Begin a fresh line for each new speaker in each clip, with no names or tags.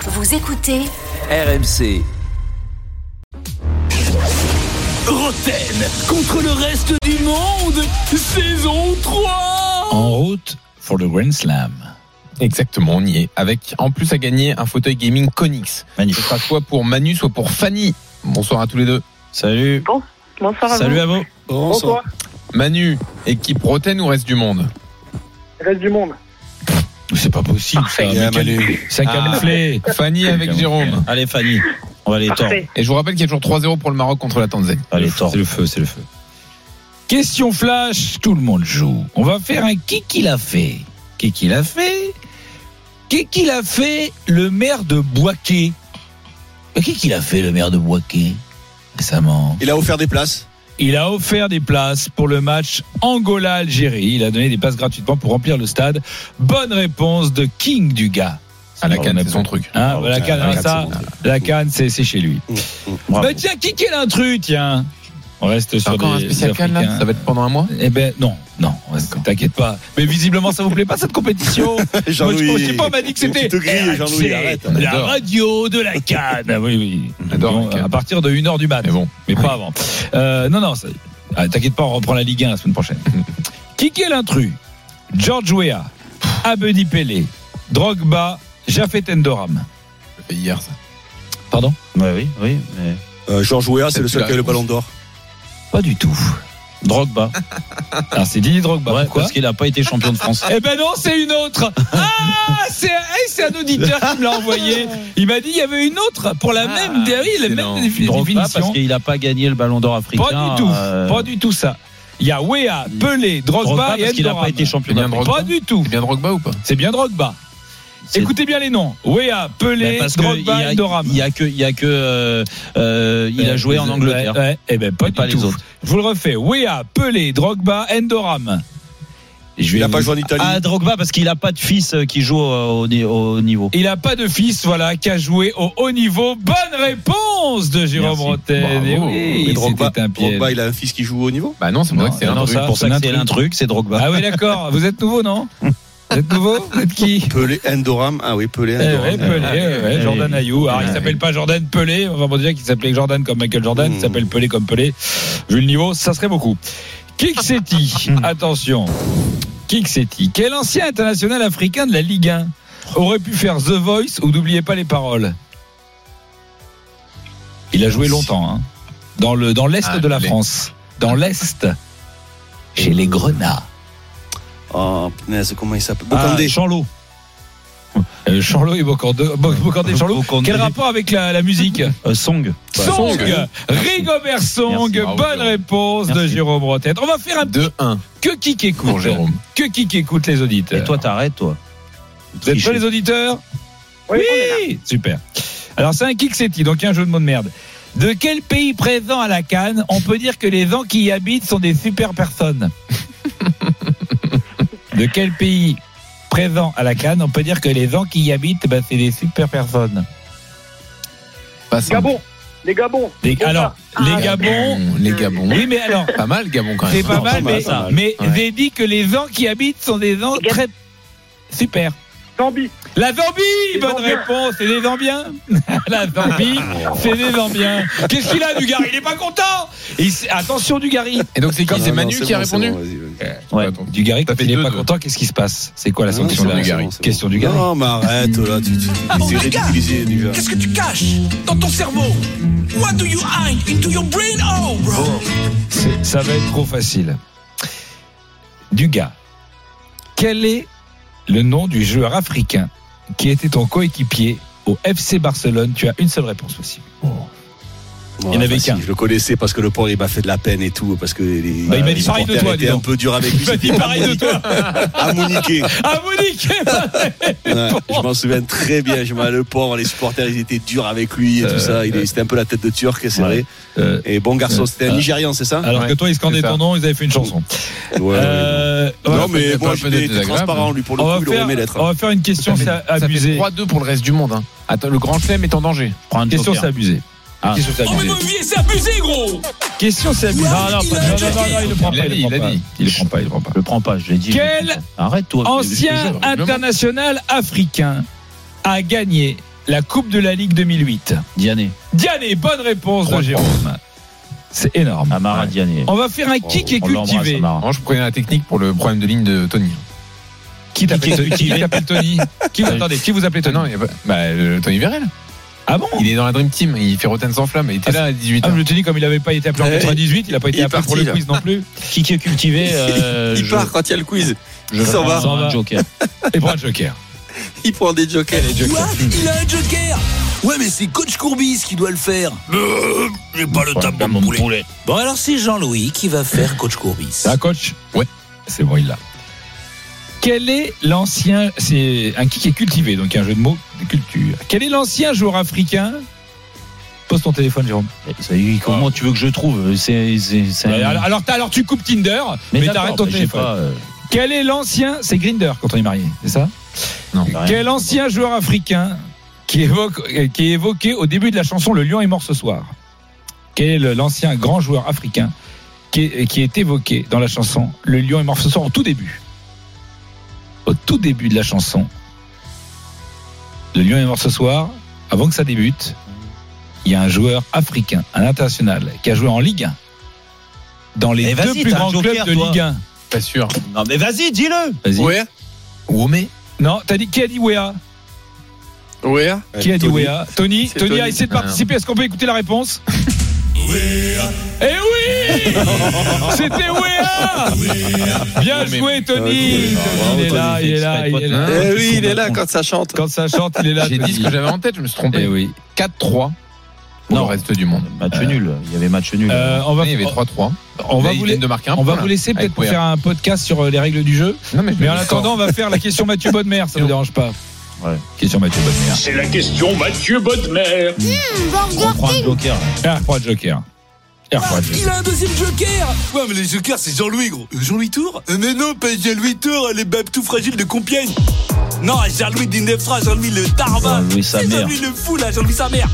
Vous écoutez
RMC.
Roten contre le reste du monde, saison 3
En route pour le Grand Slam.
Exactement, on y est. Avec en plus à gagner un fauteuil gaming Conix. Ce sera soit pour Manu, soit pour Fanny. Bonsoir à tous les deux.
Salut.
Bonsoir à
Salut
vous.
à vous.
Bonsoir.
Manu, équipe Roten ou reste du monde
Reste du monde.
C'est pas possible ça.
Parfait.
Michael. Ça
Ah.
camouflé.
Fanny avec Jérôme.
Allez Fanny, on va les tordre.
Parfait.
Et je vous rappelle qu'il y a toujours 3-0 pour le Maroc contre la Tanzanie.
Allez tordre.
C'est le feu, c'est le feu.
Question flash, tout le monde joue. On va faire un qui qui l'a fait. Qui qui l'a fait Qui qui l'a fait le maire de Boisquet Mais Qui qui l'a fait le maire de Boisquet récemment
Il a offert des places.
Il a offert des places pour le match Angola-Algérie. Il a donné des places gratuitement pour remplir le stade. Bonne réponse de King du gars.
À
Ah,
la canne, c'est son truc.
Hein, la canne,
la
hein,
canne,
ça,
c'est bon.
la canne, c'est c'est chez lui. Bah tiens, qui est l'intrus, tiens On reste
C'est
sur
encore un
des
spécial canne là
Africains.
Ça va être pendant un mois
Eh ben non, non, t'inquiète pas. Mais visiblement, ça vous plaît pas cette compétition. Moi, je pensais pas, on m'a dit que c'était Ah,
Tu te grilles,
RMC,
Jean-Louis, arrête.
On
la
adore.
radio de la canne. Oui, oui.
J'adore
Bon,
la canne.
à partir de 1h du mat,
Mais bon.
mais pas avant. Euh, non, non, ça- ah, t'inquiète pas, on reprend la Ligue 1 la semaine prochaine. qui est l'intrus George Weah, Abedi Pelé, Drogba, Jafet Endoram.
Ça fait hier ça.
Pardon
oui, oui. mais-
Euh, Georges Weah, c'est le seul qui a le ballon d'or.
Pas du tout.
Drogba.
Alors Ah, c'est Didier Drogba.
Ouais,
pourquoi
parce qu'il n'a pas été champion de France.
Eh ben non, c'est une autre. Ah, c'est eh, c'est un auditeur qui me l'a envoyé. Il m'a dit il y avait une autre pour la
Ah,
même, oui, la même
excellent.
défi-
Drogba
définition.
parce qu'il n'a pas gagné le Ballon d'Or africain.
Pas du tout,
euh,
pas du tout ça. Il y a Wea, Pelé, Drogba,
Drogba
et
parce qu'il n'a
Endoram.
pas été champion
Il y a un
d'Afrique.
Drogba.
Pas du tout.
C'est bien Drogba ou pas
C'est bien Drogba.
C'est-
Écoutez bien les noms. Wea,
Ben,
Pelé,
parce que il y
Drogba,
a-
Endoram.
Il y a que, il y a que, euh, euh, il a joué en Angleterre.
Ouais, ouais, eh ben pas
Et
du
pas
tout.
les autres.
Je vous le refais. Wea, Pelé, Drogba, Endoram. Et je vais
Il a
vous-
pas joué en Italie.
Ah, Drogba parce qu'il n'a pas de fils euh, qui joue euh, au, ni- au niveau.
Il n'a pas de fils, voilà, qui a joué au haut niveau. Bonne réponse de Jérôme
Merci.
Rotten.
Bravo.
Et
Mais
oui,
Drogba,
c'était un piège.
Drogba, il a un fils qui joue au haut niveau
Bah non, c'est pour ça que c'est
Non,
un
non,
truc.
c'est pour ça
c'est
que
un
c'est
truc.
l'intrus, c'est Drogba.
Ah oui, d'accord. Vous êtes nouveau, non Vous êtes nouveau Vous êtes qui
Pelé, Endoram. Ah oui, Pelé,
Eh
Endoram.
ouais, Pelé, ouais, ouais,
Eh,
Jordan
eh,
Ayou. Alors, il
eh,
s'appelle pas Jordan Pelé. On va pas dire qu'il s'appelait Jordan comme Michael Jordan. Il
Hmm.
s'appelle Pelé comme Pelé. Vu le niveau, ça serait beaucoup. Kiksetti, attention. Kiksetti, quel ancien international africain de la Ligue 1 aurait pu faire The Voice ou N'oubliez pas les paroles Il a joué longtemps, hein. dans le dans l'est
Ah,
de la
les-
France, dans l'est, chez les Grenats.
Oh, punaise, comment il s'appelle
Ah,
Bocandé.
Chanlot. Euh, Chanlot et Bocandé, Bo- Bocandé Chanlot.
Bocandé.
Quel rapport avec la, la musique
Euh, Song.
Bah,
Song,
Song.
Rigobert Song,
Merci,
bravo,
bonne
Jérôme.
réponse de
Merci.
Jérôme Rotten. On va faire un
2-1
que qui qui écoute,
pour Jérôme.
que qui qui écoute les auditeurs.
Et toi, t'arrêtes, toi.
Vous êtes pas les auditeurs
Oui, on
super. Alors c'est un kick-setti, donc il y a un jeu de mots de merde. De quel pays présent à la Cannes on peut dire que les gens qui y habitent sont des super personnes De quel pays présent à la Cannes on peut dire que les gens qui y habitent, bah, c'est des super personnes
Pas
Les
simple.
Gabons. Les Gabons.
Les-
Bon,
alors, les Gabons,
Les Gabons.
oui mais alors,
Pas mal Gabon quand même.
c'est pas
Non,
mal,
pas mal,
mais,
pas mal.
mais
Ouais.
j'ai dit que les gens qui habitent sont des gens
Les Gab-
très... Super.
Zambie.
La Zambie,
Les
bonne
Zambiens.
réponse, c'est des Zambiens. La Zambie, c'est des Zambiens. Qu'est-ce qu'il a, Dugarry Il est pas content. Il s- Attention, Dugarry.
Et donc c'est qui
Non,
C'est
Ah, non,
Manu
c'est
qui a
bon, c'est
répondu
bon, vas-y, vas-y.
Ouais.
Attends.
Dugarry,
T'as
quand
fait
il est
deux,
pas
deux.
content, qu'est-ce qui se passe C'est quoi la
Ah, Non,
sanction
c'est
là
bon, c'est bon, c'est bon.
Question Ah, Dugarry.
Non, mais arrête, là, tu, tu, c'est ridiculisé déjà.
Qu'est-ce que tu caches dans ton cerveau What do you hide into your brain? Oh, bro.
C'est- Ça va être trop facile. Duga, quel est le nom du joueur africain qui était ton coéquipier au FC Barcelone Tu as une seule réponse possible.
Ouais,
Il y en avait
facile,
qu'un.
bah, Je le connaissais parce que le pauvre, il m'a fait de la peine et tout. Parce que les,
Bah, il m'a dit
les
pareil de
supporters
toi, dis
étaient un
donc.
peu dur avec lui.
Il m'a dit
C'était
pareil de toi.
À Moniquer.
Ah, Monique
Ouais, je m'en souviens très bien. Je m'en- le pauvre, les supporters, ils étaient durs avec lui et tout ça. Il est- C'était un peu la tête de Turc, c'est vrai.
Euh,
Et bon garçon, c'était un Nigérian, c'est ça
Alors que toi, ils scandaient
c'est ça.
ton nom, ils avaient fait une chanson.
Ouais,
Euh,
Non,
on va-
peut
mais
être
moi,
un peu
j'étais
désagréable.
transparent, lui, pour le
on,
coup,
va
il aurait
faire,
aimé l'être. hein.
on va faire une question, c'est
Ça fait
abusé.
3-2 pour le reste du monde. hein. Attends, le grand chelem est en danger.
Prends un
Question,
joker.
c'est abusé.
Ah.
Question, c'est
Oh, mais
abusé.
mon vieux, c'est abusé, gros.
Question, c'est abusé.
Ouais,
Non, non,
il
pas-
a
non,
joker.
non, non, il le prend pas.
Il l'a
Il
dit,
le
il
prend
l'a
pas.
dit.
Il le prend pas, il le prend pas.
Je le prends pas, je l'ai dit. je
Quel
le prends pas. Arrête, toi.
Ancien
règlement.
international africain a gagné La Coupe de la Ligue 2008.
Diané.
Diane, bonne réponse de
Trois
Jérôme. C'est énorme.
Amara Diané.
On va faire un kick et
Ah, oh, On l'embrasse,
cultivé.
Amara.
Moi, je prenais la technique pour le problème de ligne de Tony.
Qui
t'appelle Tony Qui t'appelle Tony Qui vous attendez Qui vous appelez Tony Non, il y a pas- bah, euh, Tony Virel.
Ah bon
Il est dans la Dream Team. Il fait Rotten sans flamme. Il était là à 18
ah,
ans.
je te dis, comme il n'avait pas été appelé en
Ouais.
98, il n'a pas
Il est
été appelé pour
parti, là.
le quiz non plus.
Qui qui est cultivé euh,
il
je-
part quand il y a le quiz.
Je
il s'en va.
prends un Joker.
Et prends un joker.
Il prend des jokers. Les
Quoi Il a un joker Ouais, mais c'est Coach Courbis qui doit le faire. Euh, J'ai pas le temps pour mon poulet. Bon, alors c'est Jean-Louis qui va faire Coach Courbis.
C'est un coach
Ouais.
C'est bon, il l'a. Quel est l'ancien. C'est un kick est cultivé, donc un jeu de mots de culture. Quel est l'ancien joueur africain Pose ton téléphone, Jérôme.
Ça y est, Comment tu veux que je trouve C'est. c'est- c'est un-
Ouais, alors, alors, t'as- alors tu coupes Tinder, mais,
d'accord,
t'arrêtes ton
mais je sais
téléphone.
pas, euh,
Quel est l'ancien. C'est Grinder quand on est marié, c'est ça
Non.
rien.
Quel ancien joueur africain qui, évoque, euh, qui est évoqué au début de la chanson Le Lion est mort ce soir Quel est le- l'ancien grand joueur africain qui est, qui est évoqué dans la chanson Le Lion est mort ce soir au tout début Au tout début de la chanson Le Lion est mort ce soir, avant que ça débute, il y a un joueur africain, un international, qui a joué en Ligue 1. Dans les
Eh,
deux
vas-y,
plus
t'as un
grands
joker,
clubs de
toi.
Ligue 1.
Pas sûr.
Non, mais vas-y, dis-le
Vas-y.
Ouais.
Womé
Non, t'as dit qui a dit Wea
Ouais.
Qui a dit
Tony.
Wea Tony,
C'est
Tony, a
Tony.
essayé de
Ah.
participer. Est-ce qu'on peut écouter la réponse Eh oui C'était Wea Bien
Mais- euh,
joué,
Ouais,
Tony
bravo,
Il est là,
Tony.
il est là, il est là.
Hein,
Eh oui, il est là quand ça chante.
Quand ça chante, il est là.
J'ai dit ce que j'avais en tête. Je me suis trompé.
Eh oui.
4-3 pour
Non.
le reste du monde.
Match nul, il y avait match nul.
Euh, on va,
il y avait 3-3.
on va
Là, ils
vous
viennent
la-
de marquer un
on va
point,
vous
là.
laisser peut-être
Avec
pour
Weah.
faire un podcast sur euh, les règles du jeu.
Non, mais je
Mais
l'ai
en
mis
attendant, on va faire la question Mathieu Bodmer, ça vous dérange pas
Ouais.
Question Mathieu Bodmer.
C'est la question Mathieu Bodmer.
on prend un Joker.
Air froid Joker. Air froid Joker.
Il a un deuxième joker Ouais, mais les jokers, c'est Jean-Louis, gros. Euh, Jean-Louis Tour Mais non, pas Jean-Louis Tour, les babes tout fragiles de Compiègne. Non, Jean-Louis d'Inefra, Jean-Louis le tarba.
Oh, Jean-Louis sa
C'est
mère.
Jean-Louis le fou, là, Jean-Louis sa mère.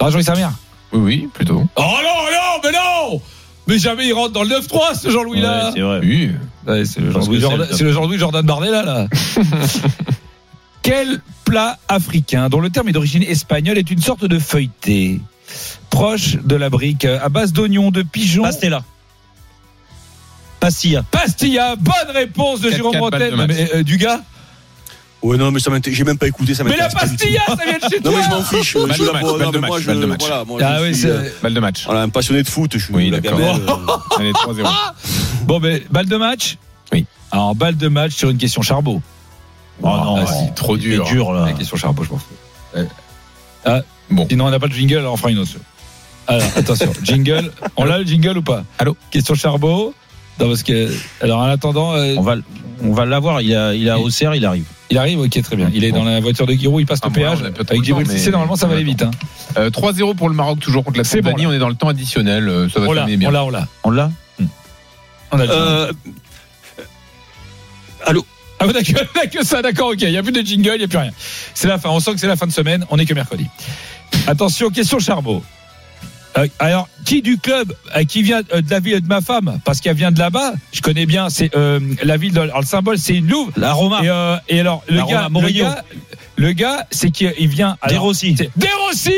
Ah, Jean-Louis Samir
Oui, oui, plutôt.
Oh non, non, mais non Mais jamais il rentre dans le 9-3, ce Jean-Louis-là
Ouais, c'est vrai.
Oui.
Ouais, C'est le
Parce
Jean-Louis
que c'est
Jordan,
le-
c'est le Jean-Louis Jordan Bardella, là Quel plat africain, dont le terme est d'origine espagnole, est une sorte de feuilleté proche de la brique, à base d'oignons, de pigeons
Pastella. Pastilla.
Pastilla, bonne réponse de
4-4
Jérôme
balles de
Rotten,
match.
mais, euh, du gars.
Ouais, non, mais ça m'intéresse. J'ai même pas écouté, ça
Mais la
m'intéresse. pas du tout.
pastilla, ça vient de chez toi
Non, mais je m'en fiche.
Balle
Je suis
de
là
match,
pour-
balle
non,
de
mais moi,
match,
je.
balle de match.
Voilà, moi,
Ah
je
oui,
suis,
c'est-
euh,
Balle de match.
voilà, un passionné de foot, je suis
Oui,
la
d'accord.
gamelle, euh,
Allez, 3-0.
Ah Bon, mais balle de match
Oui.
Alors, balle de match sur une question charbot.
Oh non,
Ah,
ouais.
si, trop
Il est
dur.
dur là.
hein. La question charbot, je m'en fous. Euh, ah,
Bon.
Sinon, on n'a pas de jingle, alors on fera une autre. Alors, attention, jingle. On l'a le jingle ou pas
Allô
Question charbot. Non, parce que. Alors, en attendant, euh,
On va, on va l'avoir. Il a, il a
Il-
OCR, il arrive.
il arrive, ok, très bien. Il est dans
Bon.
la voiture de Giroud, il passe
Ah,
le
bon, là,
péage.
on a
Avec
peut-être le temps,
Djibril
mais-
Cissé, normalement, ça va aller vite. hein.
Euh, 3-0 pour le Maroc, toujours contre la
C'est bon,
Tanzanie. on est dans le temps additionnel. euh, Ça va
On l'a,
terminer bien.
on l'a, on l'a.
On l'a
On a le jingle.
euh,
Ah, on a que, on a que ça, d'accord, ok. Il n'y a plus de jingle, il n'y a plus rien. C'est la fin. On sent que c'est la fin de semaine, on n'est que mercredi. Attention, question Charbot. Euh, alors, qui du club euh, qui vient euh, de la ville de ma femme Parce qu'elle vient de là-bas, je connais bien, c'est euh, la ville. De, alors, le symbole, c'est une louve.
La Roma.
Et, euh, et alors, le
La
gars,
Roma,
le
Mourinho.
gars, le gars, c'est qu'il vient.
Des
alors,
Rossi.
c'est- Des Rossi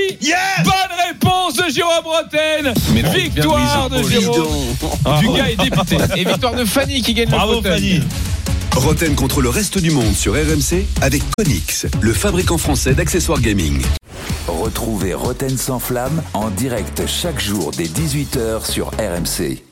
Bonne réponse de Jérôme Rotten
Mais non,
Victoire
bien
de
joué,
dis
Jérôme
donc.
Du gars est député.
Et victoire de Fanny qui gagne le
Bravo
fauteuil.
Fanny.
Roten contre le reste du monde sur RMC avec Conix, le fabricant français d'accessoires gaming.
Retrouvez Roten sans flamme en direct chaque jour dès 18h sur RMC.